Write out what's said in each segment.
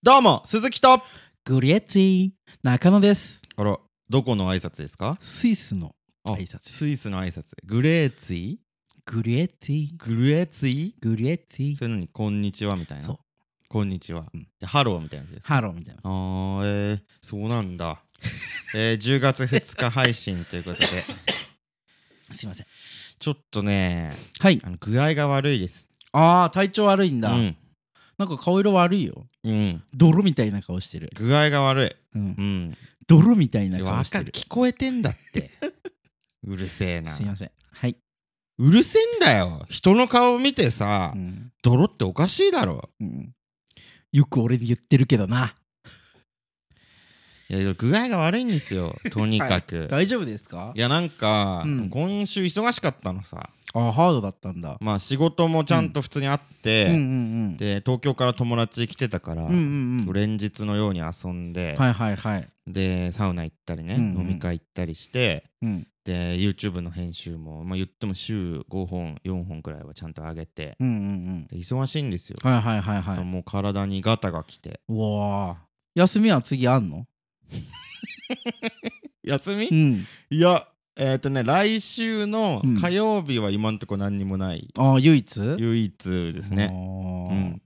どうも鈴木とグリエッティ中野ですあらどこの挨拶ですかスイスのあ挨拶ですスイスの挨拶グレーツィグリエッティグレーツィグリエッティそれなのにこんにちはみたいなそうこんにちは、うんでハローみたいなやつですハローみたいなあーえー、そうなんだえー、10月2日配信 ということですいませんちょっとねはいあの具合が悪いですあー体調悪いんだ、うんなんか顔色悪いようん泥みたいな顔してる、具合が悪うんい、う、ん、泥みたいなわ顔しかてるる聞こえてんだって うるせえなすいませんはい、うるせえんだよ人の顔見てさ、うん泥っておかしいだろうんよく俺に言ってるけどないや具合が悪いんですよとにかく、い、大丈夫ですかやなんか、うん今週忙しかったのさあーハードだったんだ、まあ仕事もちゃんと普通にあって、うんうんうんで東京から友達来てたから、うんうんうん連日のように遊んで、はいはいはいでサウナ行ったりね、うんうん飲み会行ったりしてうんで YouTube の編集も、まあ、言っても週5本4本くらいはちゃんと上げて、うんうんで忙しいんですよ、うんはいはいはいそはのいもう体にガタが来てうわあ休みは次あんの休み、うんいやえっ、とね来週のうん火曜日は今んとこ何にもない、ああ唯一唯一ですね、あうーん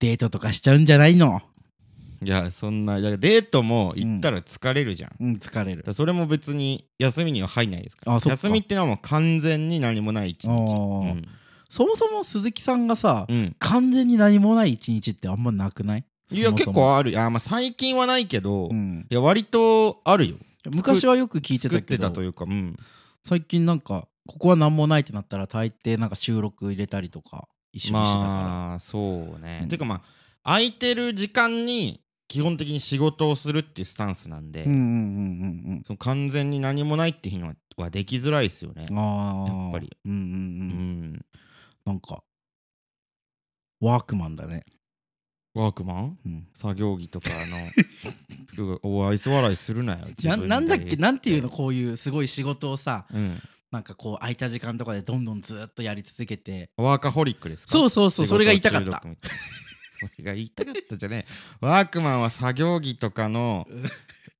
デートとかしちゃうんじゃないのいやそんないやデートも行ったら疲れるじゃん、だかうん疲れるらそれも別に休みには入んないですからあそっか休みってのはもう完全に何もない一日あーそもそも鈴木さんがさ、うん、うん完全に何もない一日ってあんまなくないいやそもそ結も構あるあーまあ最近はないけど、ういん、や割とあるよ昔はよく聞いて作たっけてどたというかうん最近なんかここは何もないってなったら大抵なんか収録入れたりとか一緒にしてたから、まあそうね、うんていうかまあ空いてる時間に基本的に仕事をするっていうスタンスなんで、うんうんうんその完全に何もないって日にははできづらいですよねうんうんあーやっぱりうんうんううん、んなんかワークマンだね、ワークマンうん、作業着とかあの 服お愛想笑いするなよ自な分でなんだっけなんていうのこういうすごい仕事をさうんなんかこう空いた時間とかでどんどんずっとやり続けてワーカホリックですかそううそうそうそれが言いたかった それが言いたかったじゃねえワークマンは作業着とか のうん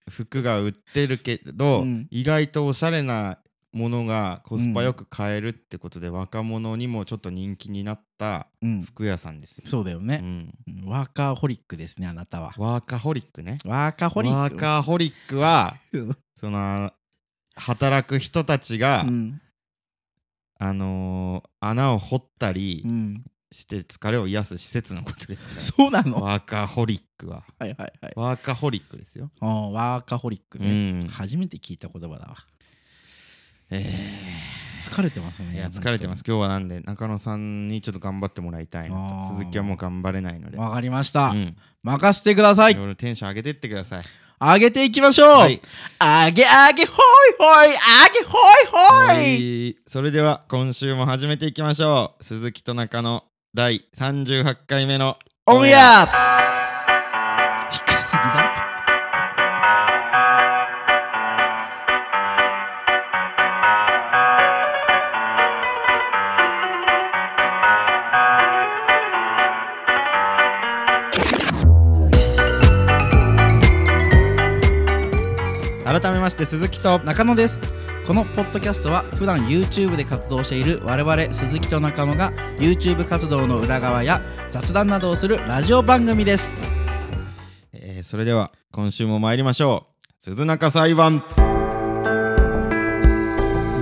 服が売ってるけど、うん意外とおしゃれなものがコスパよく買えるってことで、若者にもちょっと人気になったうん服屋さんですよ、そうだようね、ん、うんワーカーホリックですねあなたはワーカホリックねワーカーホリワーックカホリックはうんその働く人たちが、うんあのー穴を掘ったりうんして疲れを癒す施設のことですね、 そうなのはワーカホリックはいはいはいワーカホリックですよ、あーワーカーホリックうね、ん初めて聞いた言葉だわえ疲れてますーねいや疲れてます今日はなんで中野さんにちょっと頑張ってもらいたいなあとー鈴木はもう頑張れないので、わかりました、うん、任せてくださいいろいろテンション上げてってください上げていきましょう、はい上げ上げほいほい上げほいほいはいそれでは今週も始めていきましょう鈴木と中野第38回目のオンエア低すぎだ改めまして鈴木と中野ですこのポッドキャストは普段 YouTube で活動している我々鈴木と中野が YouTube 活動の裏側や雑談などをするラジオ番組ですえーそれでは今週も参りましょう鈴中裁判終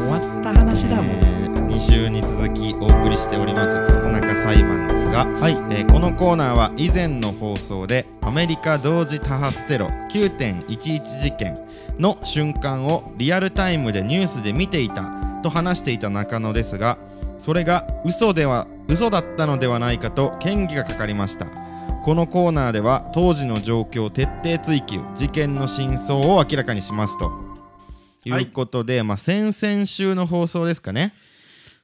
わった話だもん2週に続きお送りしております鈴中裁判ですが、はいえーこのコーナーは以前の放送でアメリカ同時多発テロ9.11事件の瞬間をリアルタイムでニュースで見ていたと話していた中野ですがそれが嘘では嘘だったのではないかと嫌疑がかかりましたこのコーナーでは当時の状況を徹底追及事件の真相を明らかにしますといはいうことで、まあ、先々週の放送ですかね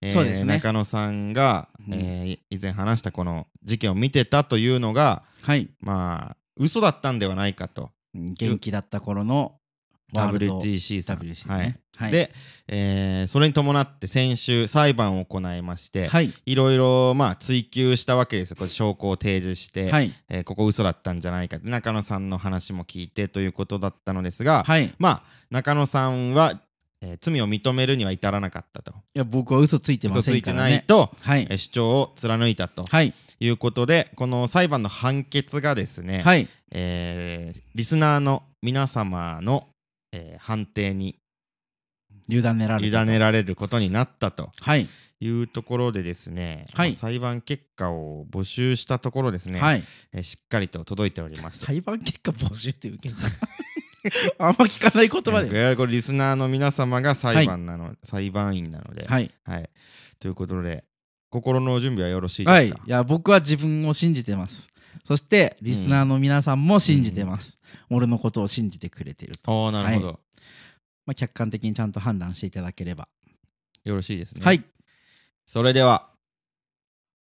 えーそうですね中野さんが、うんえー以前話したこの事件を見てたというのがはいまあ嘘だったんではないかと元気だった頃のワールド WTC さん、 WC はいね。はい。で、えーそれに伴って先週裁判を行いまして、はい。いろいろまあ追及したわけですよこう証拠を提示して、はい。えーここ嘘だったんじゃないかって中野さんの話も聞いてということだったのですが、はい。いまあ中野さんは、えー罪を認めるには至らなかったと、や、僕は嘘ついてま嘘つせんいてからないね。と、はいえ。ー主張を貫いたとはい。いうことでこの裁判の判決がですね、はい。えーリスナーの皆様の、えー判定に委ねられ委たとねられることになったとはい。いうところでですね、はいまあ裁判結果を募集したところですね、はい。えーしっかりと届いております。裁判結果募集って受けた。 あんま聞かない言葉えで。ーこれリスナーの皆様が裁判なの、裁判員なので、はい。はいということで心の準備はよろしいはい。ですいか、や、僕は自分を信じてます。そして、リスナーの皆さんも信じてます。俺のことを信じてくれてると。ああなるほど、まあ、客観的にちゃんと判断していただければ。よろしいですね。はい。それでは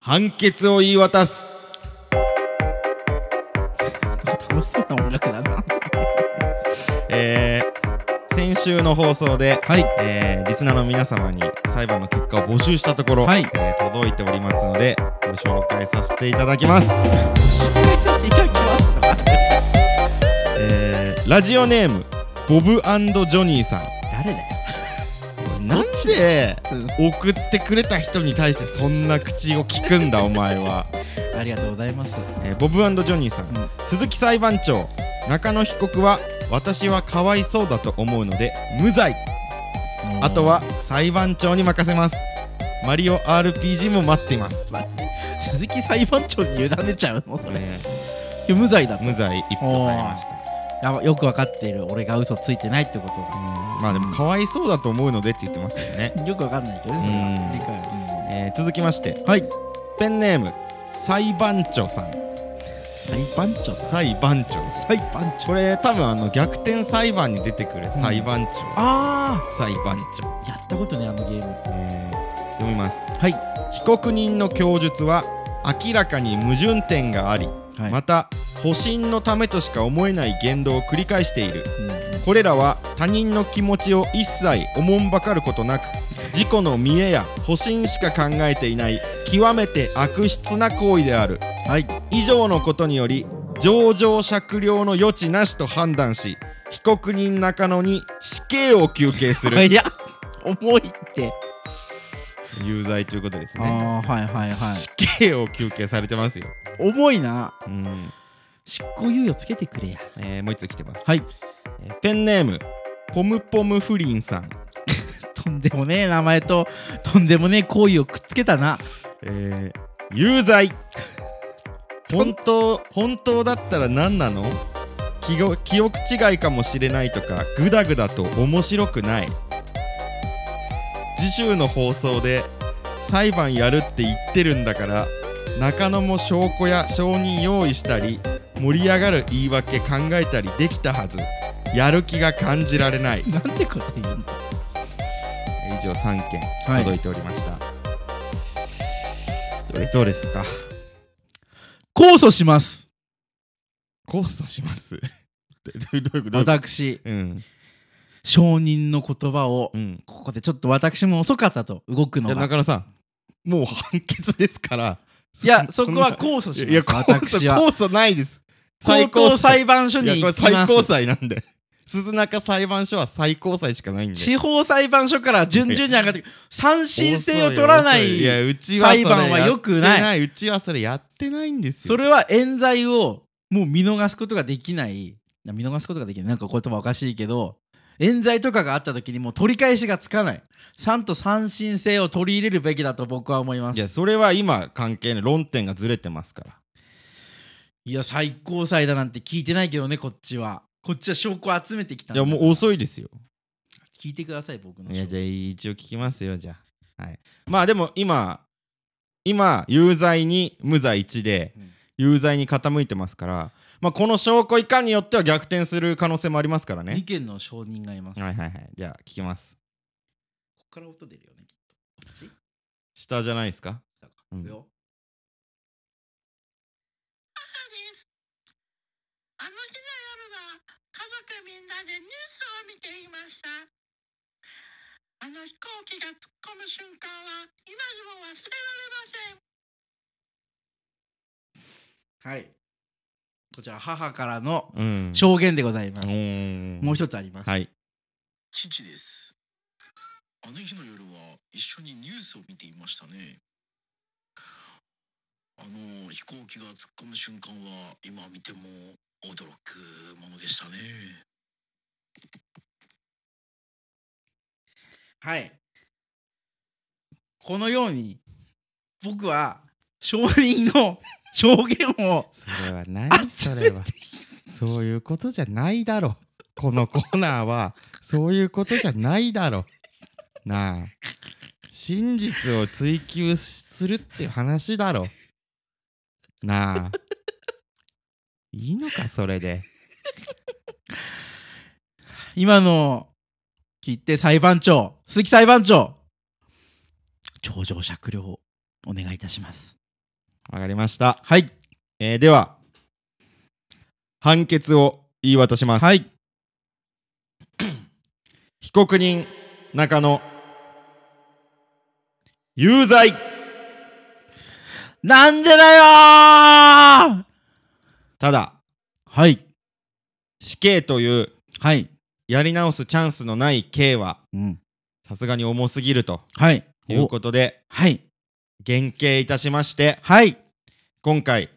判決を言い渡す楽しそうな音楽だな。えー先週の放送で、はい。えーリスナーの皆様に裁判の結果を募集したところ、はいえー届いておりますのでご紹介させていただきます、いただきますとかえーラジオネームボブジョニーさん誰だよ。なんでうん送ってくれた人に対してそんな口を聞くん だお前は、ありがとうございます。えーボブジョニーさん、うん鈴木裁判長中野被告は私はかわいそうだと思うので無罪あとは裁判長に任せますマリオ RPG も待っています、待って鈴木裁判長に委ねちゃうのそれ、えいや無罪だーと無罪一票入りましたやばよく分かっている俺が嘘ついてないってことがうんまあでもかわいそうだと思うのでって言ってますけど ね、よく分かんないけどうんねそれは理解えー続きましてはいペンネーム裁判長さん裁判長さん裁判長です裁判長これ多分あの逆転裁判に出てくる裁判長、あ裁判長、あやったことねあのゲームえー読みますはい被告人の供述は明らかに矛盾点があり、はいまた保身のためとしか思えない言動を繰り返しているうんこれらは他人の気持ちを一切おもんばかることなく自己の見えや保身しか考えていない極めて悪質な行為であるはい以上のことにより情状酌量の余地なしと判断し被告人中野に死刑を求刑する、いや重いって有罪ということですあね、あはいはいはい死刑を求刑されてますよ、重いなうん執行猶予つけてくれやえーもう一つ来てます、はいえーペンネームポムポムフリンさん、とんでもねえ名前ととんでもねえ行為をくっつけたなえー有罪本当本当だったら何なの記憶記憶違いかもしれないとかグダグダと面白くない次週の放送で裁判やるって言ってるんだから中野も証拠や証人用意したり盛り上がる言い訳考えたりできたはずやる気が感じられないなんてこと言うの以上3件はい届いておりました、どれどうですか控訴します控訴します どういうどういうことどういうこと私うん証人の言葉をうんここでちょっと私も遅かったと動くいのやが中野さんもう判決ですからいやそこはん控訴しなますいや控訴私は控訴ないです最高裁判所いにやこ行れきま最高す裁なんで鈴中裁判所は最高裁しかないんで地方裁判所から順々に上がってくる三審制を取らな遅いいやうちはそれ裁判は良くないやってうちはそれやってないんですよそれは冤罪をもう見逃すことができないな見逃すことができないなんか言葉おかしいけど冤罪とかがあった時にもう取り返しがつかない3と三審制を取り入れるべきだと僕は思いまいすやそれは今関係ない論点がずれてますからいや最高裁だなんて聞いてないけどねこっちはこっちは証拠を集めてきたんいだやもう遅いですよ聞いてください僕のいやじゃゃあ一応聞きますよじゃあ、はい、まあでも今今有罪に無罪1でうん有罪に傾いてますから、まあ、この証拠いかんによっては逆転する可能性もありますから2ね件の証人がいます、はいこはいはいじゃあ聞きますこから音出るよねきっとこっち下じゃないですかだかうんいくよ母です。あの日の夜は家族みんなでニュースを見ていましたあの飛行機が突っ込む瞬間は今でも忘れられませんはいこちら母からのうん証言でございます、ももう一つあります、はい父です。あの日の夜は一緒にニュースを見ていましたね。あの飛行機が突っ込む瞬間は今見ても驚くものでしたね。はい。このように、僕は、証人の 証言を、それはなあいそれはそういうことじゃないだろこのコーナーはそういうことじゃないだろなあ真実を追求するっていう話だろなあいいのかそれで今の、聞いて裁判長、鈴木裁判長、頂上酌量をお願いいたします。わかりました、はい。えーでは判決を言い渡しますはい。被告人中野有罪なんでだよーただはい。死刑というはい。やり直すチャンスのない刑はうん。さすがに重すぎるとはい。いうことでおはい。減刑いたしましてはい。今回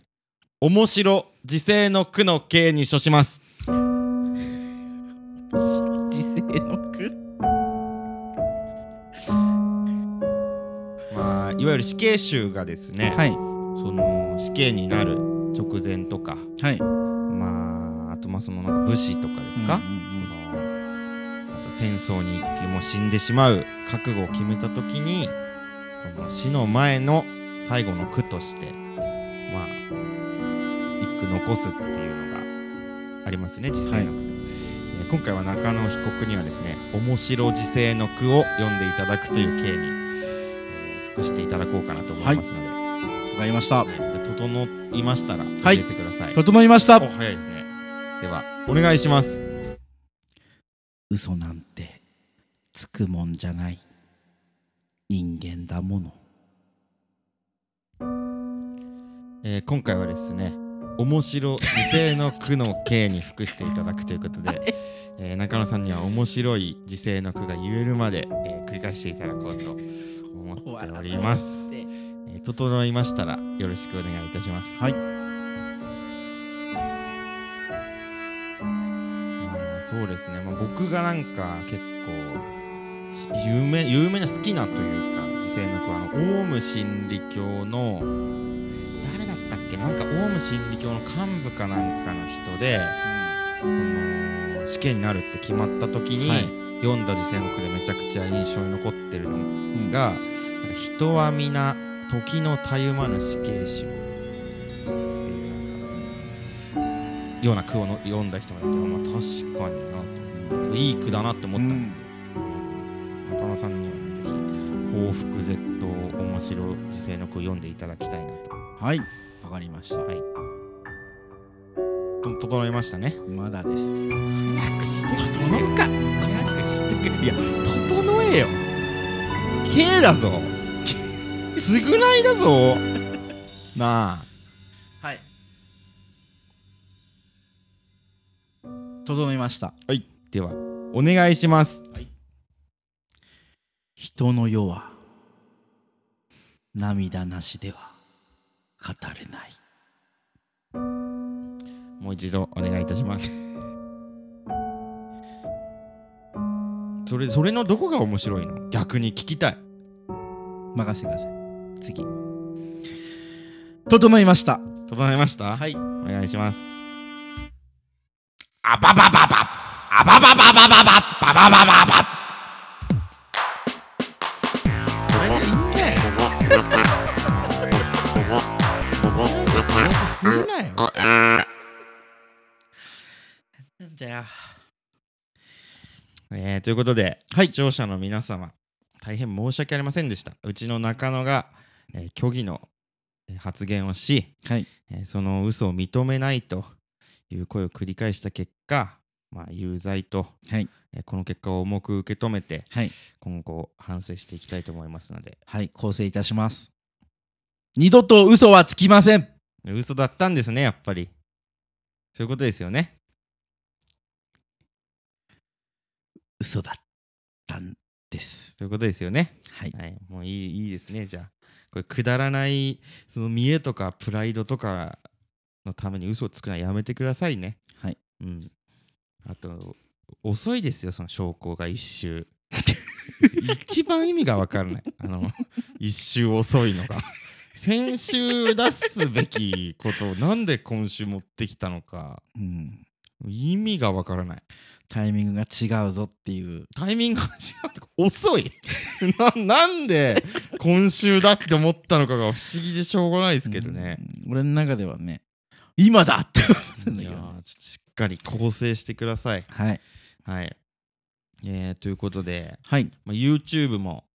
面白自制の苦の刑に処します時世の句まあいわゆる死刑囚がですね、はい。その死刑になる直前とかはい。まああとまあそのなんか武士とかですか、うんそのあと戦争に行きもう死んでしまう覚悟を決めた時にこの死の前の最後の句としてまあ一句残すっていうのがありますよね実際の句、えー今回は中野被告にはですね「面白時世の句」を読んでいただくという刑に、えー服していただこうかなと思いますので,、うんわかりました。で整いましたら教はいえてください、整いましたお。早いですねではお願いします嘘なんてつくもんじゃない人間だものえー今回はですね面白時世の句の刑に服していただくということで、えー中野さんには面白い時世の句が言えるまで、えー繰り返していただこうと思っております、えー整いましたらよろしくお願いいたしますはいまあそうですね、まあ、僕がなんか結構し有名有名な好きなというか時世の句はあのオウム真理教の誰だったっけなんかオウム真理教の幹部かなんかの人でその死刑になるって決まった時に、はい読んだ時世の句でめちゃくちゃ印象に残ってるのが「がなんか人は皆時のたゆまぬ死刑囚」っていうなんかような句をの読んだ人がいて、まあ、確かになと思ってすごいいい句だなって思ったんですよ。中野さんにはねぜひ報復絶倒面白時世の句を読んでいただきたいなと。はいわかりましたはい。と整いましたね。まだです早くして整うか早くして くれいや整えよ K だぞ償いだぞなあはい整いましたはいではお願いします人の世は涙なしでは語れないもう一度お願いいたしますそれそれのどこが面白いの逆に聞きたい任せてください次整いました整えましたはいお願いしますあばばばばあばばばばばばばばばばばそれでいいんだよするなよなんだよえーということで、視聴者の皆様大変申し訳ありませんでしたうちの中野が、えー虚偽のえー発言をし、はいえーその嘘を認めないという声を繰り返した結果、まあ、有罪と、はいえーこの結果を重く受け止めてはい今後反省していきたいと思いますのではい構成いたします二度と嘘はつきません嘘だったんですねやっぱりそういうことですよね嘘だったんですそういうことですよねはいはいもういいいいですねじゃあこれくだらないその見栄とかプライドとかのために嘘をつくのはやめてくださいねはいうんあと遅いですよその証拠が一周一番意味が分から ないあの一周遅いのが先週出すべきことをなんで今週持ってきたのかうん意味が分からないタイミングが違うぞっていうタイミングが違うとか遅い ななんで今週だって思ったのかが不思議でしょうがないですけどね、うん俺の中ではね今だって思ったんだいけやどねーちょっとしっかり構成してくださいはいはいえー、ということで、はいまあ、YouTube も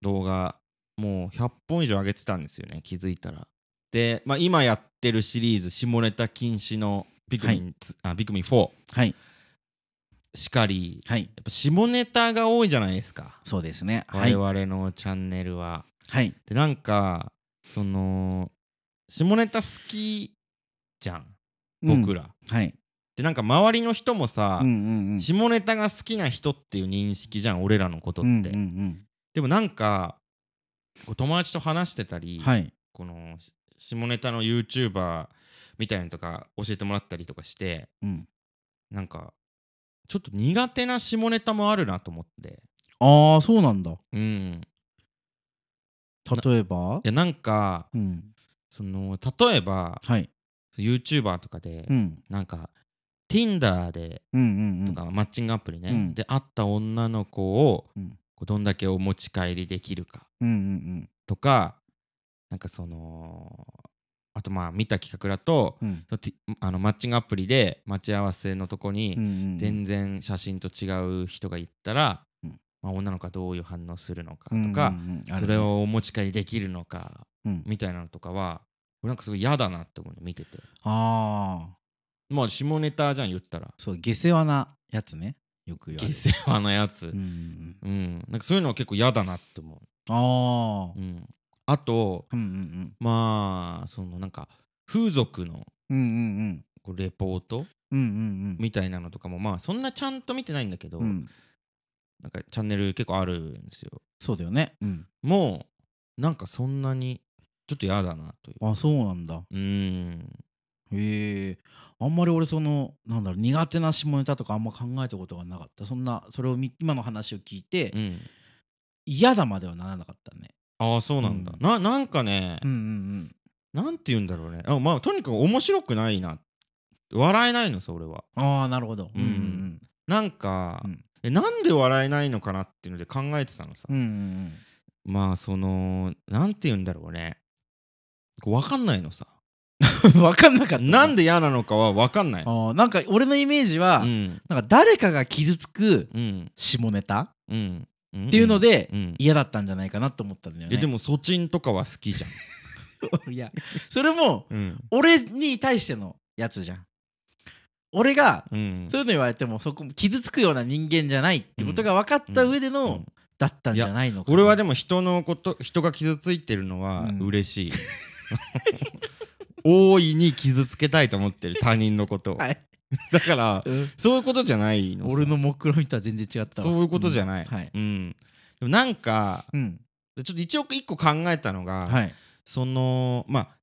動画もう100本以上上げてたんですよね気づいたらで、まあ、今やってるシリーズ下ネタ禁止のビクミン、つあビクミン4はいしかりはいやっぱ下ネタが多いじゃないですかそうですねはい我々のチャンネルは、はいでなんかその下ネタ好きじゃんうん僕ら、はいでなんか周りの人もさ、うんうんうん下ネタが好きな人っていう認識じゃん俺らのことって、うんうんでもなんかこう友達と話してたり、うんはいこのし下ネタの YouTuber みたいなのとか教えてもらったりとかしてうんなんかちょっと苦手な下ネタもあるなと思ってああそうなんだうん例えばいやなんかうんその例えばはい YouTuber とかで、うんなんか Tinder でうんうんうんとか、マッチングアプリね、うんで会った女の子をうんこうどんだけお持ち帰りできるかうんうんとかなんかそのあとまあ見た企画だと、うんうんそのティあのマッチングアプリで待ち合わせのとこうんにうん全然写真と違う人が行ったら、うんまあ、女の子はどういう反応するのかうんうんとか、うんうんあるねそれをお持ち帰りできるのかうんみたいなのとかは俺なんかすごい嫌だなって思うの見ててああまあ下ネタじゃん言ったらそう下世話なやつねよく言われ下る世話なやつ、うんうんうん、なんかそういうのは結構嫌だなって思あう、あうん、あとうんうんまあそのなんか風俗のうんうんうんこうレポートうんうんみたいなのとかもまあそんなちゃんと見てないんだけど、うんうんなんかチャンネル結構あるんですよそうだよねうんもうなんかそんなにちょっと嫌だなというあそうなんだうんへえあんまり俺そのなんだろう苦手な下ネタとかあんま考えたことがなかったそんなそれをみ今の話を聞いてうん嫌だまではならなかったねああそうなんだ、うんななんかね、うんうんなんて言うんだろうねあまあとにかく面白くないな笑えないのさ俺はうんああなるほどうんなんか、うんえなんで笑えないのかなっていうので考えてたのさ、うんうんうんまあそのなんて言うんだろうねこう分かんないのさうん わかんなかったなんでで嫌なのかは分かんないあーなんか俺のイメージは、うんなんか誰かが傷つくうん下ネタうんっていうので、うん嫌だったんじゃないかなと思ったんだよえね。でもソチンとかは好きじゃん いやそれもうん俺に対してのやつじゃん。俺がうんそういうの言われてもそこ傷つくような人間じゃないってことが分かった上での、うんだったんじゃないのかな。俺はでもも人のこと人が傷ついてるのはうん嬉しい、 大いに傷つけたいと思ってる他人のことを、 はいだからそういうことじゃないのさ俺の目論見とは全然違ったわそういうことじゃない、うんはい。うんでもなんかうんちょっと一応一個考えたのが、はいそのまあ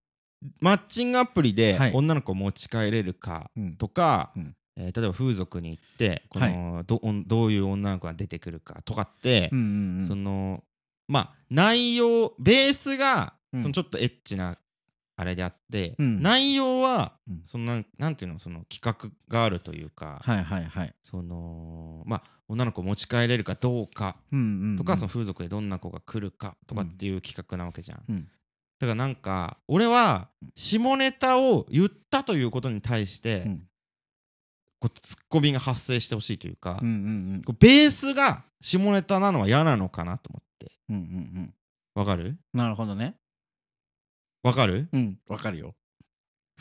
マッチングアプリではい女の子を持ち帰れるかうんとか、うんえー例えば風俗に行ってこの、どおんどういう女の子が出てくるかとかってう、んうんそのまあ内容ベースが、うんそのちょっとエッチなあれであって、うん内容は、うんそのなんなんていうのその企画があるというか、はいはいはい。そのまあ女の子を持ち帰れるかどうかうんうんうんとか、その風俗でどんな子が来るかとかっていう企画なわけじゃん、うんだからなんか俺は下ネタを言ったということに対して、うんこうツッコミが発生してほしいというか、うんうんこうベースが下ネタなのは嫌なのかなと思ってうんうんうんわかるうん。なるほどね。わかるうんわかるよ。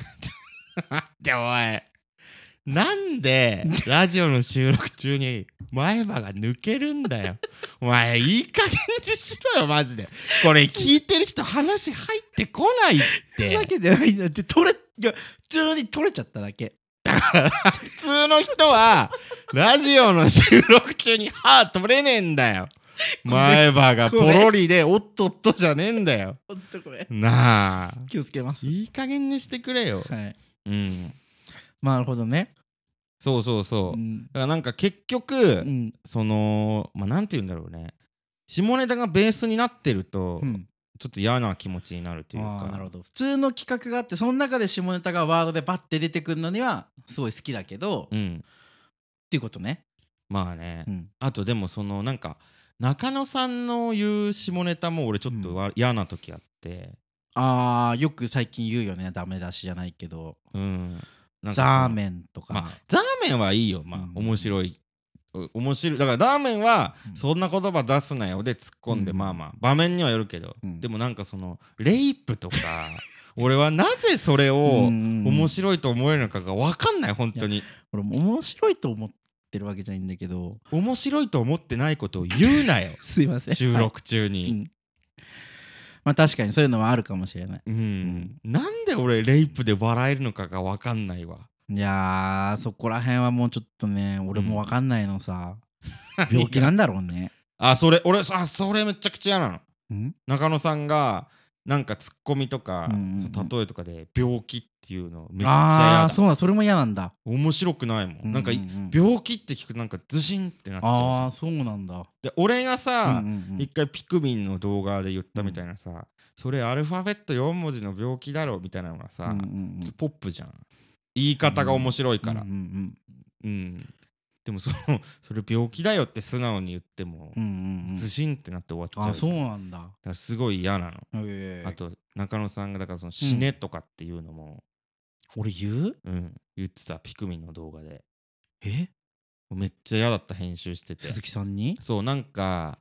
っておいなん でラジオの収録中に前歯が抜けるんだよ。お前いい加減にしろよマジで。これ聞いてる人話入ってこないっ ふざて。けてないんだって取れいや普通に取れちゃっただけ普通の人はラジオの収録中に歯取れねえんだよ。前歯がポロリでおっとっとじゃねえんだよ。ほんとこれなあ。気をつけますいい加減にしてくれよ。はいうん。まあなるほどねそうそうそう。うだん、からなんか結局、うんそのまあなんて言うんだろうね下ネタがベースになってると、うん、ちょっと嫌な気持ちになるというあかーなるほど普通の企画があってその中で下ネタがワードでバッて出てくるのにはすごい好きだけど、っうんていうことね、まあね、うん、あとでもそのなんか中野さんの言う下ネタも俺ちょっとわ嫌な時あってあーよく最近言うよねダメ出しじゃないけどうんなんかそのザーメンとか、まあザーメンはいいよまあ、うん面白いお面白いだからラーメンはうんそんな言葉出すなよで突っ込んで、うんまあまあ場面にはよるけど、うんでもなんかそのレイプとか 俺はなぜそれを、面い白いと思えるのかが分かんない本当に俺も面白いと思ってるわけじゃないんだけど面白いと思ってないことを言うな よすいません収録中はいうんに、まあ確かにそういうのはあるかもしれないうんなんで俺レイプで笑えるのかが分かんないわいやーそこら辺はもうちょっとね俺もわかんないのさ、病気なんだろうねあそれ俺あそれめちゃくちゃ嫌なのうん中野さんがなんかツッコミとか、うんうんうんその例えとかで病気っていうのめっちあゃあー嫌だそうなんそれも嫌なんだ面白くないもん、なんかうううん病気って聞くとなんかズシンってなっちゃうじゃんああそうなんだで俺がさ、うんうんうん一回ピクミンの動画で言ったみたいなさ、それアルファベット4文字の病気だろみたいなのがさ、うんうんうんポップじゃん言い方が面白いから、ううんんうんでもその それ病気だよって素直に言っても、うんうんうんズシンってなって終わっちゃうあそうだかなんだらすごい嫌なの、へーあと中野さんがだからその死ねとかっていうのも、俺言ううん言ってたピクミンの動画でえめっちゃ嫌だった編集してて鈴木さんにそうなんか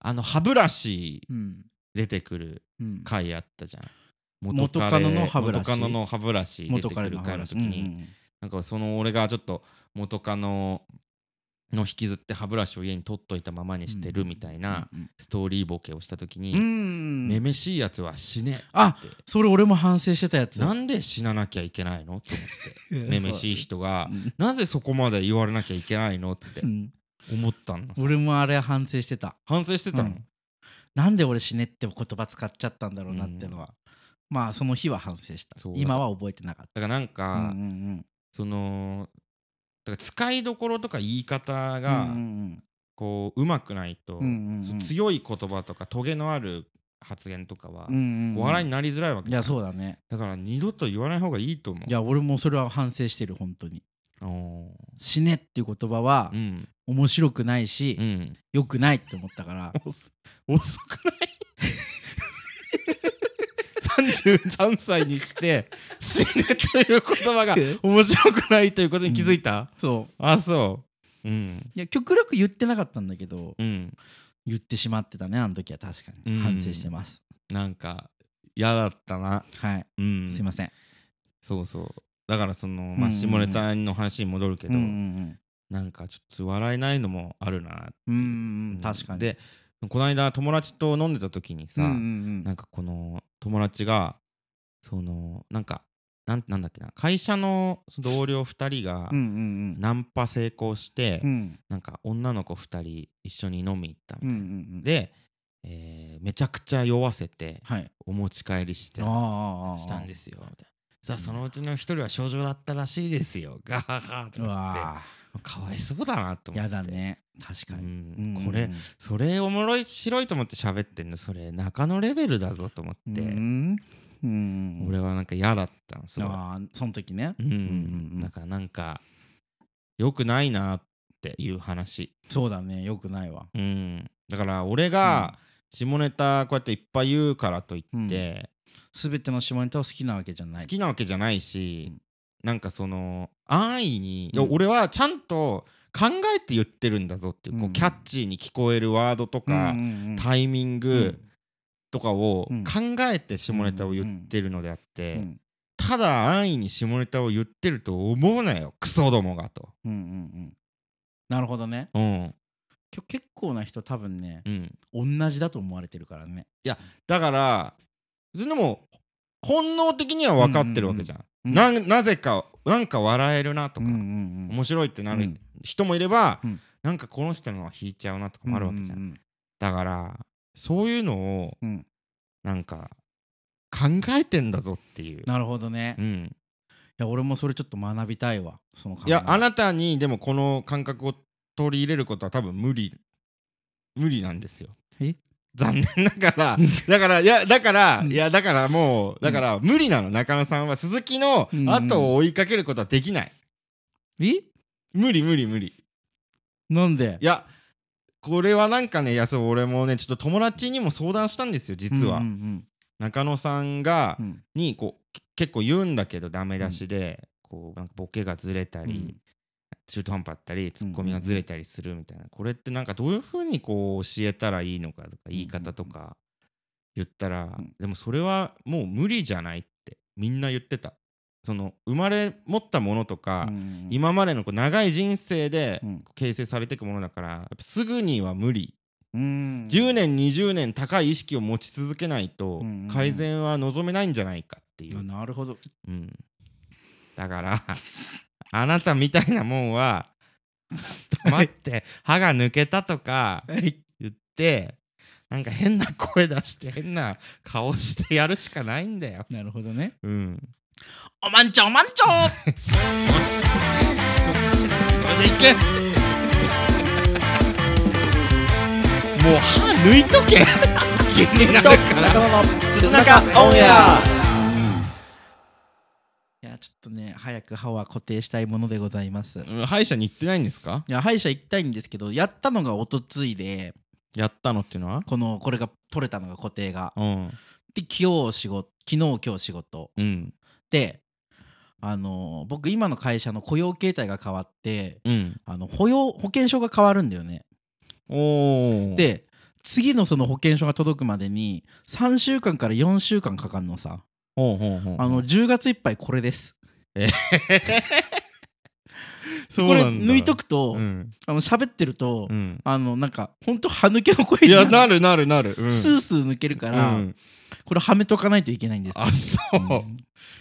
あの歯ブラシうん出てくるうん回あったじゃん元カノの歯ブラ元シカノの歯ブラシ出て元く彼るの回の話時に、なんかその俺がちょっと元カノの引きずって歯ブラシを家に取っといたままにしてるみたいなうんストーリーボケをした時うんうに「んめめしいやつは死ね」あってそれ俺も反省してたやつ なんで死ななきゃいけないのと思ってめめしい人がうんなぜそこまで言われなきゃいけないのってうん思ったのさ俺もあれ反省してた反省してたの、うんなんで俺死ねって言葉使っちゃったんだろうなってのはまあその日は反省したそう今は覚えてなかっだからなんたか、うんうんうんそのだから使いどころとか言い方が、うんうんこううまくないと、うんうんうんそう強い言葉とかトゲのある発言とかは、うんうんうんお笑いになりづらいわけいじゃんやそうだねだから二度と言わない方がいいと思ういや俺もそれは反省してる本当にお死ねっていう言葉はーうん面白くないし、うん良くないって思った から遅くない ?33 歳にして死ねという言葉が面白くないということに気づいた、そうあそううんいや極力言ってなかったんだけどうん言ってしまってたねあの時は確かうんに反省してます、なんか嫌だったなはい、うんすいませんそうそうだからその、うんうんまうあ、ん下ネタの話に戻るけうんど、うんなんかちょっと笑えないのもあるな、うんうんうんうん確かにでこの間友達と飲んでた時にさ、うんうんうなんんかこの友達がそのなんかなんなんだっけな会社のその同僚2人がうんうんナンパ成功して、うんうんなんか女の子2人一緒に飲み行ったみたいうんうな、んで、えーめちゃくちゃ酔わせてはいお持ち帰りしてああしたんですよみたいなさあうんそのうちの一人は症状だったらしいですよガハハとうかわ言ってかわいそうだなとー思っやてだね確うかに、うんうんんうんこれそれおもろい白いと思って喋ってんのそれ中野レベルだぞと思っうんうてんうん俺はなんか嫌だったのすごいああその時ね、うんうんだからなんか良くないなっていう話そうだねよくないわうんだから俺が下ネタこうやっていっぱい言うからといって全ての下ネタを好きなわけじゃな好いきなわけじゃないしうんなんかその安易に、いやうん俺はちゃんと考えて言ってるんだぞっていう,、こううんキャッチーに聞こえるワードとか、うんうんうんタイミングとかをうん考えて下ネタを言ってるのであって、うんうんただ安易に下ネタを言ってると思うなよクソどもがとうんうんうんなるほどねうん今日結構な人多分ねうん同じだと思われてるからねだからそれでも本能的には分かってるわけじゃん,、うんななぜかなんか笑えるなとか、うんうんうん面白いってなうるん人もいれば、うんなんかこの人のは引いちゃうなとかもあるわけじゃん、ううんだからそういうのをうんうんなんか考えてんだぞっていう、なるほどねういん、や俺もそれちょっと学びたいわその考えいやあなたにでもこの感覚を取り入れることは多分無理無理なんですよえ残念ながら だからいやだから、うんいやだからもうだから無理なの中野さんは鈴木の後を追いかけることはできない、え無理無理無理なんでいやこれはなんかねいやそう俺もねちょっと友達にも相談したんですよ実は、うんうん中野さんが、うんうんにこう結構言うんだけどダメ出しで、こうなんかボケがずれたり、うん中途半端だったりツッコミがずれたりするみたいな、これってなんかどういうふうにこう教えたらいいのかとか言い方とか言ったら、うんでもそれはもう無理じゃないってみんな言ってたその生まれ持ったものとか、うん今までのこう長い人生でうん形成されていくものだからやっぱすぐには無理、うん10年20年高い意識を持ち続けないとうんうん改善は望めないんじゃないかっていいやう、なるほどうん、だからあなたみたいなもんは黙って歯が抜けたとか言ってなんか変な声出して変な顔してやるしかないんだよ。なるほどねうん、おまんちょおまんちょそれでいけもう歯抜いとけ気になるから。鈴中オンエアいやちょっとね早く歯は固定したいものでございますいうん歯医者に行ってないんですかや歯医者行きたいんですけどやったのがおとついでやったのっていうのはこのこれが取れたのが固定がうんで今日仕事昨日今日仕事うんであの僕今の会社の雇用形態が変わってうんあの保養保険証が変わるんだよねおおで次のその保険証が届くまでに3週間から4週間かかるのさほうほうほうあの10月いっぱいこれですそうこれなんだ抜いとくと、うんあの喋ってると、うんあのなんかほんと歯抜けの声いにやななるるなるなるうんスースー抜けるから、うんこれはめとかないといけないんですあそううん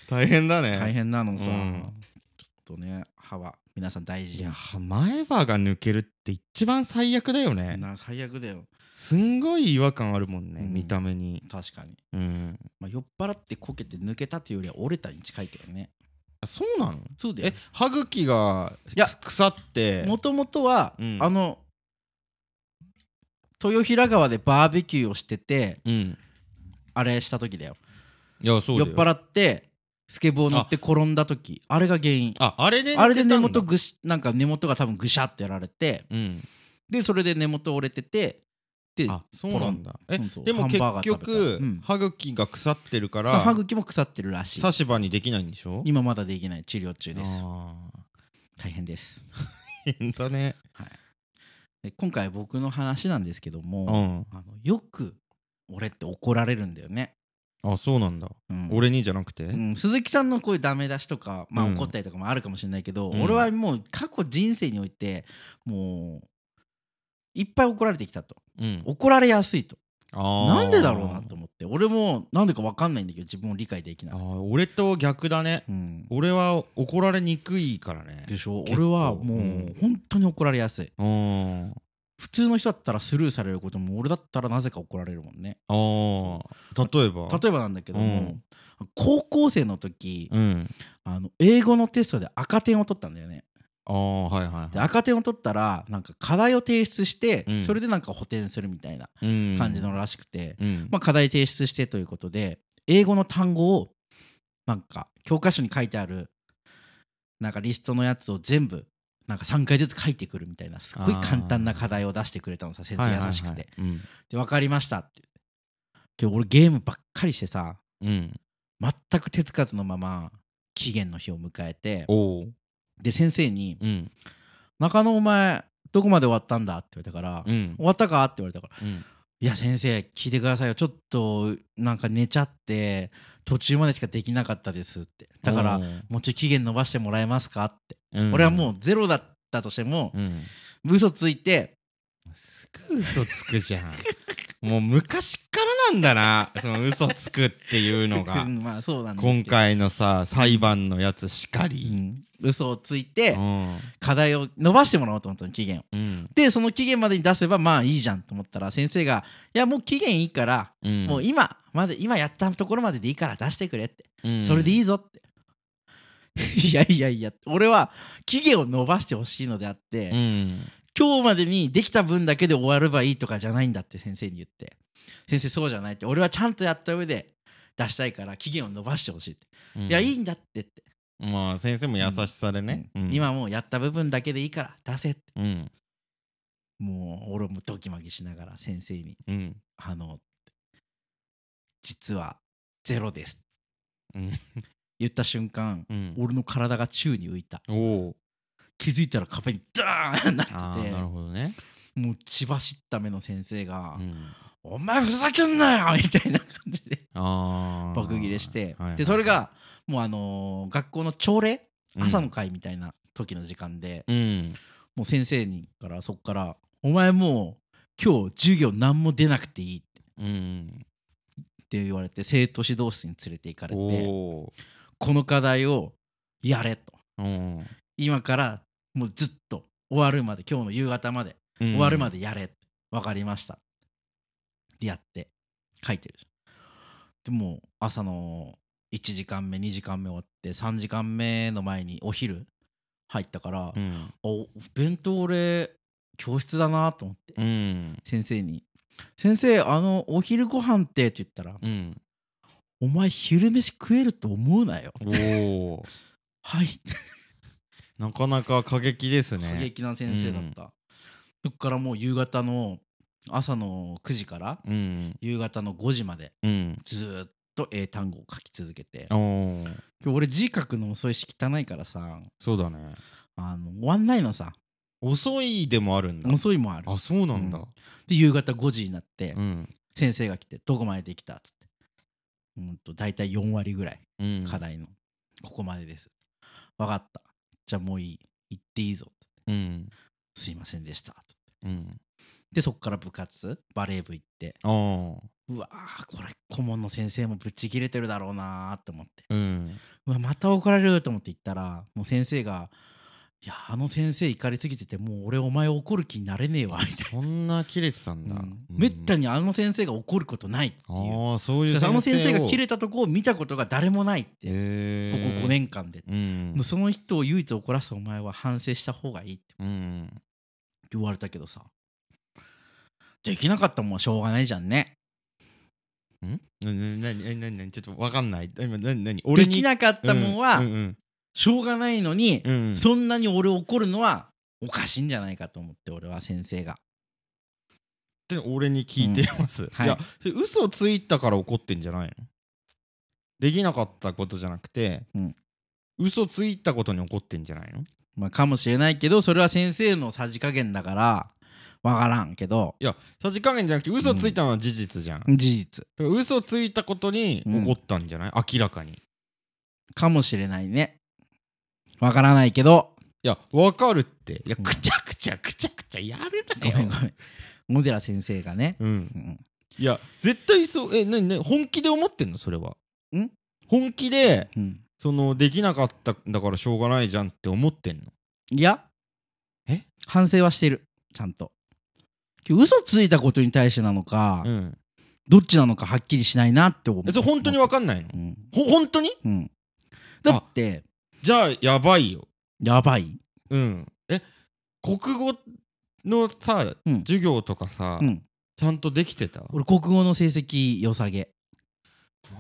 大変だね大変なのさ、うんちょっとね歯は皆さん大事いや前歯が抜けるって一番最悪だよねな最悪だよすんごい違和感あるもんねうん見た目に確かに、うんまあ、酔っ払ってこけて抜けたというよりは折れたに近いけどねあそうなのそうだよえ歯茎がいや腐ってもともとは、うんあの豊平川でバーベキューをしててうんあれした時だよいやそうだ酔よっ払ってスケボー乗って転んだ時あれが原因ああれで抜けたんだあれで根元ぐしなんか根元が多分ぐしゃってやられてうんでそれで根元折れててであそうなんだえそうそうでもハン結バーガー食べた局うん歯茎が腐ってるかそう歯ら茎も腐ってるらしい差し歯にできないんでしょ今まだできない治療中ですあ大変です、ー 変だねはい、で今回僕の話なんですけどうもんあのよく俺って怒られるんだよね、あそうなんだうん、俺にじゃなくてうん、鈴木さんのこういうダメ出しとか、まあ、うん怒ったりとかもあるかもしれないけど、うん俺はもう過去人生においてもういっぱい怒られてきたとうん怒られやすいとあーなんでだろうなと思って俺もなんでか分かんないんだけど自分を理解できなあい、ー俺と逆だねうん、俺は怒られにくいからねでしょ結俺構はもううん本当に怒られやすいうん普通の人だったらスルーされることも俺だったらなぜか怒られるもんねあー例えば例えばなんだけどうもん高校生の時うんあの英語のテストで赤点を取ったんだよねああはいはいでは赤点を取ったらなんか課題を提出して、うんそれでなんか補填するみたいないうん感じのらしくて、うんまあ、課題提出してということで英語の単語をなんか教科書に書いてあるなんかリストのやつを全部なんか3回ずつ書いてくるみたいなすっごい簡単な課題を出してくれたのさ先はいはいは生い優しくて、うんで分かりましたって言ってで俺ゲームばっかりしてさうん全く手つかずのまま期限の日を迎えておうで先生にうん中野お前どこまで終わったんだ?」って言われたから「うん終わったか?」って言われたからうんいや先生聞いてくださいよちょっとなんか寝ちゃって途中までしかできなかったですってだからもうちょい期限延ばしてもらえますかって、俺はもうゼロだったとしてもう、、うん、嘘ついてすぐ嘘つくじゃん もう昔からなんだなその嘘つくっていうのうがん まあそうなんですけど今回のさ裁判のやつしかうり、ん嘘をついてうん課題を伸ばしてもらおうと思ったの期限をうんでその期限までに出せばまあいいじゃんと思ったら先生が「いやもう期限いいから、うん、もう今まで今やったところまででいいから出してくれ」って、うんそれでいいぞ」って いやいやいや俺は期限を伸ばしてほしいのであって、うん今日までにできた分だけで終わればいいとかじゃないんだって先生に言って先生そうじゃないって俺はちゃんとやった上で出したいから期限を伸ばしてほしいって、うんいやいいんだってって、まあ先生も優しさでね、うんうん今もうやった部分だけでいいから出せってうんもう俺もドキマキしながら先生にうん「あの実はゼロですうん」言った瞬間うん俺の体が宙に浮いたおおう気づいたら壁にダーンなあっあてなるほどね、てもう血走った目の先生がうん、 「お前ふざけんなよ!」み たいな感じでああ爆切れして、でそれがもうあのー学校の朝礼朝の会みたいな時の時間で、うんもう先生にからそっから「お前もう今日授業何も出なくていい」ってうんって言われて生徒指導室に連れて行かれおておこの課題をやれとーうん今からもうずっと終わるまで今日の夕方まで終終わるまでやれ、分かりましたでやって書いてるでもう朝の1時間目2時間目終わって3時間目の前にお昼入ったから、うんお弁当俺教室だなと思って、うん先生に「先生あのお昼ご飯って」って言ったら「うんお前昼飯食えると思うなよ」おおはい なかなか過激です過ね激な先生だった、そっからもう夕方の朝の9時からうん夕方の5時までうんずーっと英単語を書き続けておおー今日俺字書くの遅いし汚いからさそうだねあの終わんないのさ遅いでもあるんだ遅いもあるあそうなんだで夕方5時になって、うん先生が来て「どこまでできた?」っつってうんと大体4割ぐらいうん課題の、ここまでです分かったじゃあもういい行っていいぞつってうんすいませんでしたつってうんでそっから部活バレー部行ってああうわーこれ顧問の先生もぶっち切れてるだろうなーって思ってうんうわまた怒られると思って行ったらもう先生が「いやあの先生怒りすぎててもう俺お前怒る気になれねえわ」みたいそんな切れてたんだな、うんめったににあの先生が怒ることないっていうああそういうあの先生が切れれたとこを見たことが誰もないって、へこーこ5年間で、うんその人を唯一怒らすお前は反省した方がいいってうん言われたけどさできなかったもんはしょうがないじゃんねんななななななちょっとわかんない今ななに俺にできなかったもんはうんうんしょうがないのに、うんうんそんなに俺怒るのはおかしいんじゃないかと思って俺は先生がって俺に聞いてます、はいい、やそれ嘘ついたから怒ってんじゃないのできなかったことじゃなくて、うん嘘ついたことに怒ってんじゃないのいまあ、かもしれないけどそれは先生のさじ加減だからわからんけどやさじ加減じゃなくて嘘ついたのは事実じゃん、だか事実ら嘘ついたことに怒ったんじゃない、明らかにいかもしれないねわからないけどやわかるっていやうんくちゃくちゃくちゃくちゃやるごなめんよごめん小寺先生がね、うんうんいや絶対そうえなになに本気で思ってんのそれはん本気でうん、そのできなかったんだからしょうがないじゃんって思ってんのいやえ反省はしてるちゃんと今日嘘ついたことに対してなのか、うんどっちなのかはっきりしないなって思うえそれ本当にわかんないのうん、ほ本当にうん、だってじゃあやばいよ。やばい、うん。え国語のさ、うん授業とかさ、うん、ちゃんとできてた俺国語の成績良さげ、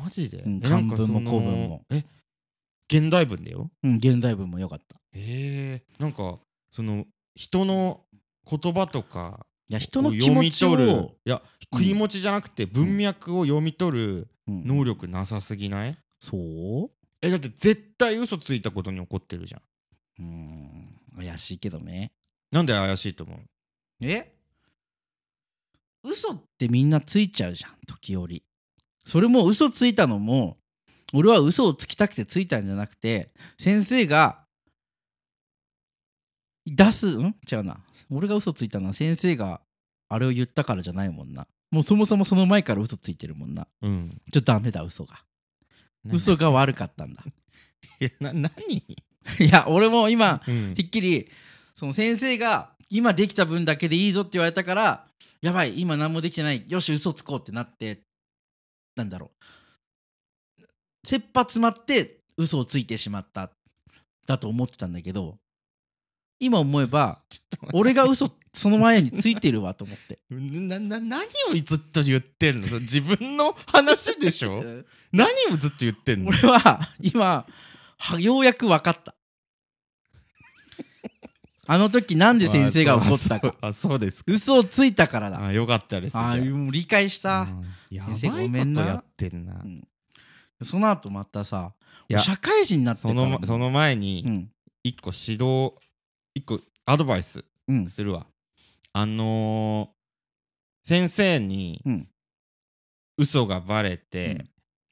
マジで、うんえなんか漢文もその古文もえ現代文だよ。うん、現代文も良かったえー、なんかその人の言葉とかいや人をの気読持みち取るを、いやうん気持ちじゃなくて文脈を読み取るうん能力なさすぎない、そうえだって絶対嘘ついたことに怒ってるじゃん。うーん怪しいけどねなんで怪しいと思うえ嘘ってみんなついちゃうじゃん時折それも嘘ついたのも俺は嘘をつきたくてついたんじゃなくて先生が出すん違うな俺が嘘ついたのは先生があれを言ったからじゃないもんなもうそもそもその前から嘘ついてるもんなうんちょっとダメだ嘘がなん 嘘が悪かったんだいやな何、いや俺も今うん てっきりその先生が今できた分だけでいいぞって言われたからやばい今何もできてないよし嘘つこうってなってなんだろう切羽詰まって嘘をついてしまっただと思ってたんだけど今思えば俺が嘘その前についてるわと思 ってなな何をずっと言ってんのそれ自分の話でし ょ何をずっと言ってんの俺は今はようやく分 かったあの時なんで先生が怒ったかあそうあそうですか嘘をついたからだあよかったですああじゃもう理解しあた、うんやばい先生ごめんこなとやってんなうんその後またさいや社会人になってかそらのまその前うにん一個指導一個アドバイスうんするわあのー先生にうん嘘がバレて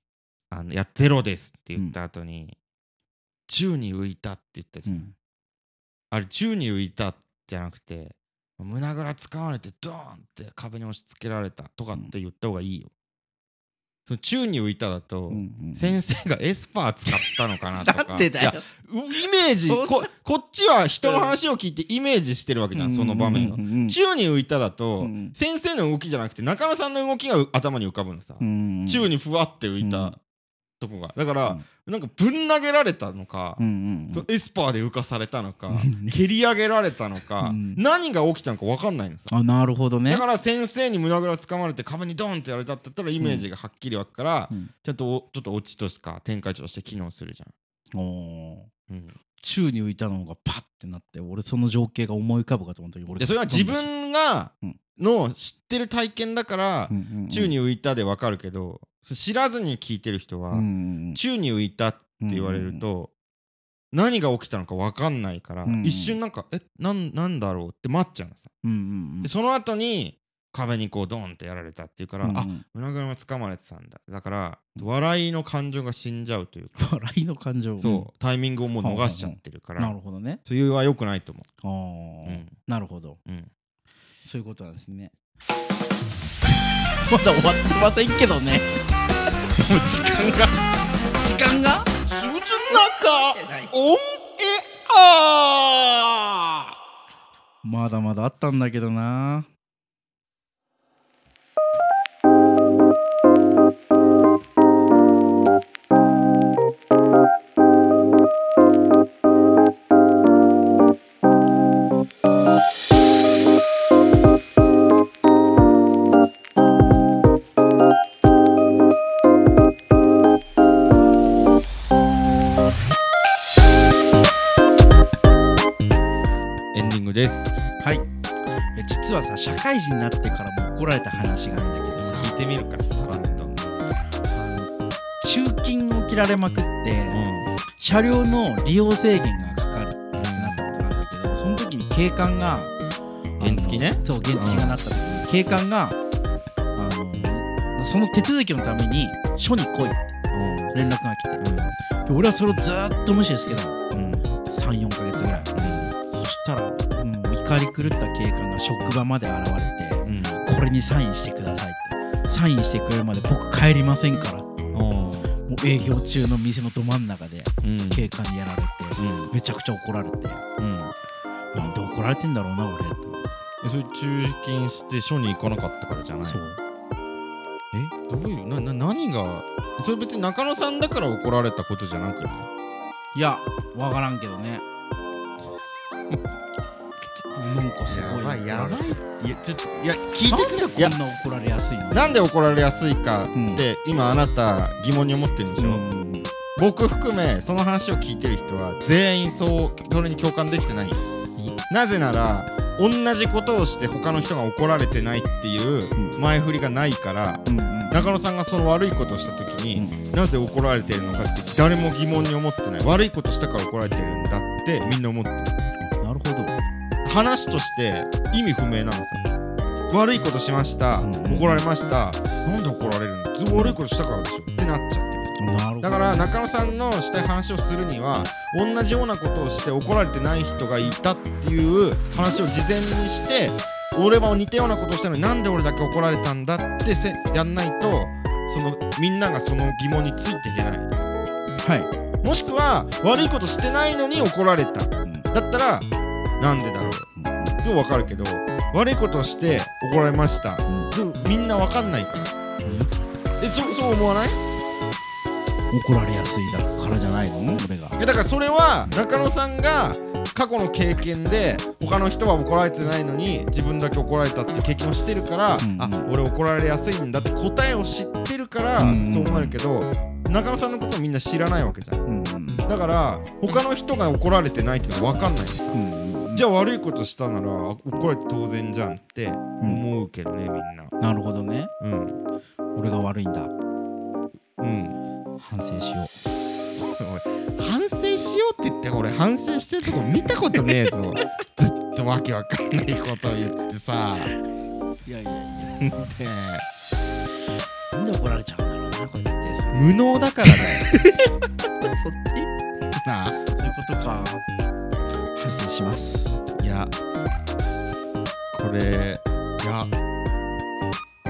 「あのいやゼロです」って言った後に「宙に浮いた」って言ったじうゃんんあれ宙に浮いたじゃなくて胸ぐらつかまれてドーンって壁に押し付けられたとかって言った方がいいよ。その宙に浮いただと、うんうん先生がエスパー使ったのかなとか なんでだいよやうイメージそんなここっちは人の話を聞いてイメージしてるわけじゃん、その場面を。うんうん宙に浮いただと、うん先生の動きじゃなくて中野さんの動きが頭に浮かぶのさ、うんうん宙にふわって浮いうんたとこがだから、なんかぶん投げられたのか、うんうんうんそうエスパーで浮かされたのかうん蹴り上げられたのか、うん何が起きたのか分かんないのさ、あなるほどねだから先生に胸ぐらつかまれて壁にドンってやられたって言ったらイメージがはっきり湧くから、うんちゃんとおちょっとオチとしか展開として機能するじおーゃん、うん、宙に浮いたのがパッてなって俺その情景が思い浮かぶかと思った時俺でそれは自分がうんの知ってる体験だから、うんうんうん宙に浮いたで分かるけどそれ知らずに聞いてる人は、うんうんうん宙に浮いたって言われると、何が起きたのか分かんないから、うんうん一瞬なんか「えなんなんだろう?」って待っちゃうのさ。うんうんうんでその後に壁にこうドンってやられたっていうから、うんうんあ胸ぐらがつかまれてたんだだから笑いの感情が死んじゃうというか、 笑いの感情そうタイミングをもう逃しちゃってるかうら、んなるほどねそういうは良くないと思あう、ーうんなるほどうん、そういうことなんですねまだ終わってませんけどねもう時間が時間が鈴の中オンエアまだまだあったんだけどなエンディングですはいえ実はさ社会人になってからも怒られた話があるんだけどさ聞いてみるかさらっと、うん、中勤を切られまくって車両の利用制限がかかるってなったことなんだけどその時に警官が原付ねあのそう原付がなった時に警官があのその手続きのために署に来いって連絡が来て、で俺はそれをずーっと無視してたのうん34ヶ月ぐらい、そしたらもう怒り狂った警官が職場まで現れうんてこれにサインしてくださいってサインしてくれるまで僕帰りませんからもう営業中の店のど真ん中でうんうん警官にやられてめちゃくちゃ怒られてうんなんで怒られてんだろうな俺ってえそれ中勤して署に行かなかったからじゃないそうえどういうなな何がそれ別に中野さんだから怒られたことじゃなくないいやわからんけど ねなんかすごい怒られていやちょっといや聞いてくれいやなんでこんな怒られやすいのなんで怒られやすいかって、うん今あなた疑問に思ってるんでしょ、うん僕含めその話を聞いてる人は全員そうそれに共感できてないなぜなら同じことをして他の人が怒られてないっていうう前振りがないからうんうん中野さんがその悪いことをした時に、なぜ怒られてるのかって誰も疑問に思ってない悪いことしたから怒られてるんだってみんな思ってるなるほど話として意味不明なのさ悪いことしましたうんうん怒られましたなんで怒られるのずっと悪いことしたからでしょってなっちゃってるなるほだから中野さんのしたい話をするには同じようなことをして怒られてない人がいたっていう話を事前にして俺は似たようなことをしたのになんで俺だけ怒られたんだってせやんないとそのみんながその疑問についていけないはいもしくは悪いことしてないのに怒られただうんったらなんでだろうでも分かるけど悪いことをして怒られましたうんでもみんな分かんないからえそそう思わない怒られやすいだからじゃないの俺がいやだからそれは中野さんが過去の経験で他の人は怒られてないのに自分だけ怒られたっていう経験をしてるから、うんうんあ俺怒られやすいんだって答えを知ってるからうんうんそう思えるけど、中野さんのことをみんな知らないわけじゃんうんだから他の人が怒られてないっていうのは分かんないうんじゃあ悪いことしたならあ怒られて当然じゃんって思うけどねみんななるほどねうん俺が悪いんだうん反省しよおい反省しようって言って俺反省してるとこ見たことねえ ぞずっとわけわかんないことを言ってさういやいやいやでなんで怒られちゃうんだろうなこれってそ無能だからだよ っなあちそういうことか反省しますいやこれいや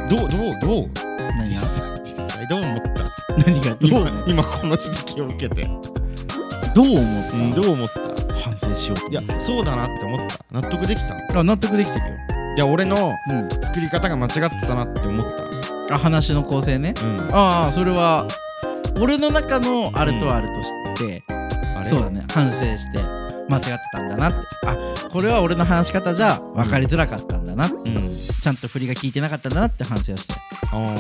どうどうどう何実が際実際どう思った何がどう今今この指摘を受けて、どう思った、どう思った反省しようといやそうだなって思った納得できたいあ納得できてるよ、や俺のうん、作り方が間違ってたなって思ったあ話の構成ねうんああそれは俺の中のあれとあれとして、あれそうだね反省して間違ってたんだなってあこれは俺の話し方じゃ分かりづらかったんだな、うんちゃんと振りが効いてなかったんだなって反省をして、あー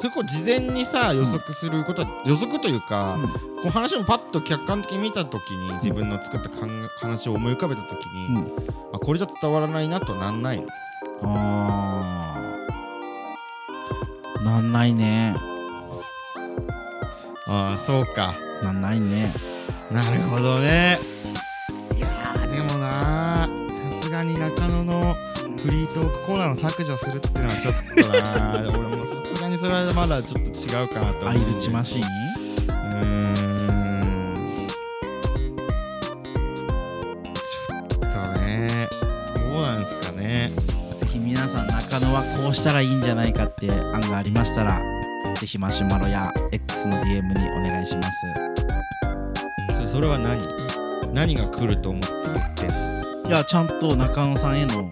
そこを事前にさ予測することは、予測というか、こう話もパッと客観的に見た時に自分の作った考え話を思い浮かべた時に、うんあこれじゃ伝わらないなとなんないのあーなんないねああそうかなんないねなるほどねいやーでもなーさすがに中野のフリートークコーナーの削除するっていうのはちょっとなー俺もさすがにそれはまだちょっと違うかなと思相うづちマシーンうーんちょっとねどうなんですかねぜひ皆さん中野はこうしたらいいんじゃないかって案がありましたらぜひマシュマロや X の DM にお願いしますそれそれは何何が来ると思って言ってんいやちゃんと中野さんへのの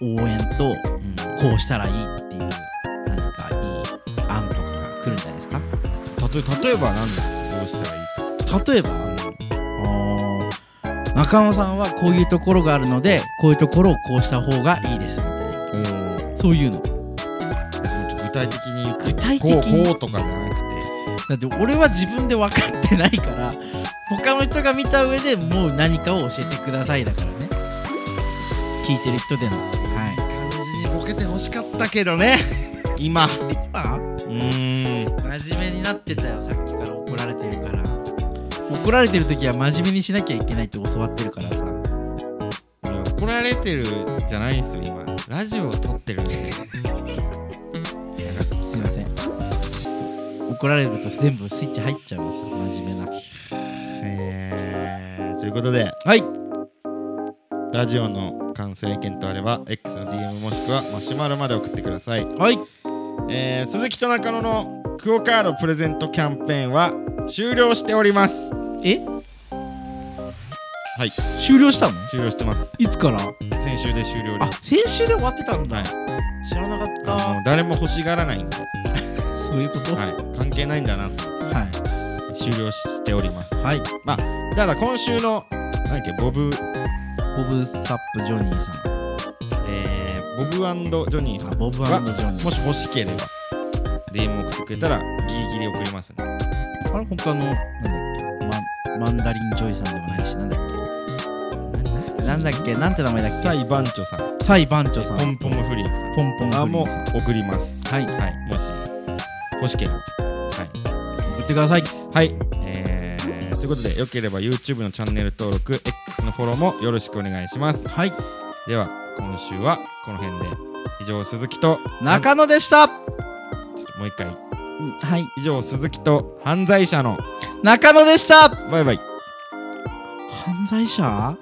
応援とうん、こうしたらいいっていう何かいい案とかが来るんじゃないですかたと例えば何だどうしたらいいか例えばあー中野さんはこういうところがあるのでこういうところをこうした方がいいですみたいなおーそういうのもうちょっと具体的に言って具体的こにうこうとかじゃなくてだって俺は自分で分かってないから他の人が見た上でもう何かを教えてくださいだからね聞いてる人でのは感じにボケてほしかったけどね今ういあーん真面目になってたよさっきから怒られてるから怒られてる時は真面目にしなきゃいけないって教わってるからさ怒られてるじゃないんすよ今ラジオを撮ってるんですよすいません怒られると全部スイッチ入っちゃうんですよ真面目なえー、ということではいラジオの感想や意見とあれば X の DM もしくはマシュマロまで送ってください、はいえー、鈴木と中野のクオカードプレゼントキャンペーンは終了しておりますえはい終了したの終了してますいつから先週で終了であす先週で終わってたんだ、はい知らなかっあたの誰も欲しがらないんで、そういうことはい、関係ないんだなとはい終了しておりますはい、だから今週の何だっけボブ、ボブ・サップ・ジョニーさえー、ボブジョニーん、さあんボブジョはニーもし欲しければ DM 送ってくれたらギリギリ送りますねあれ他のなんだっけマンマンダリン・ジョイさんでもないしなんだっけなんだっけなんて名前だっサイ番長さんけサイ番長さんポンポンフリーさんポンポンあフリもーさんう送ります。はいはい、もし欲しければ。送ってくださいはい、はい、えー、ということで、よければ YouTube のチャンネル登録、X のフォローもよろしくお願いします。はいでは、今週はこの辺で。以上鈴木と中野でした、ちょっともう一回はい以上鈴木と犯罪者の中野でしたバイバイ犯罪者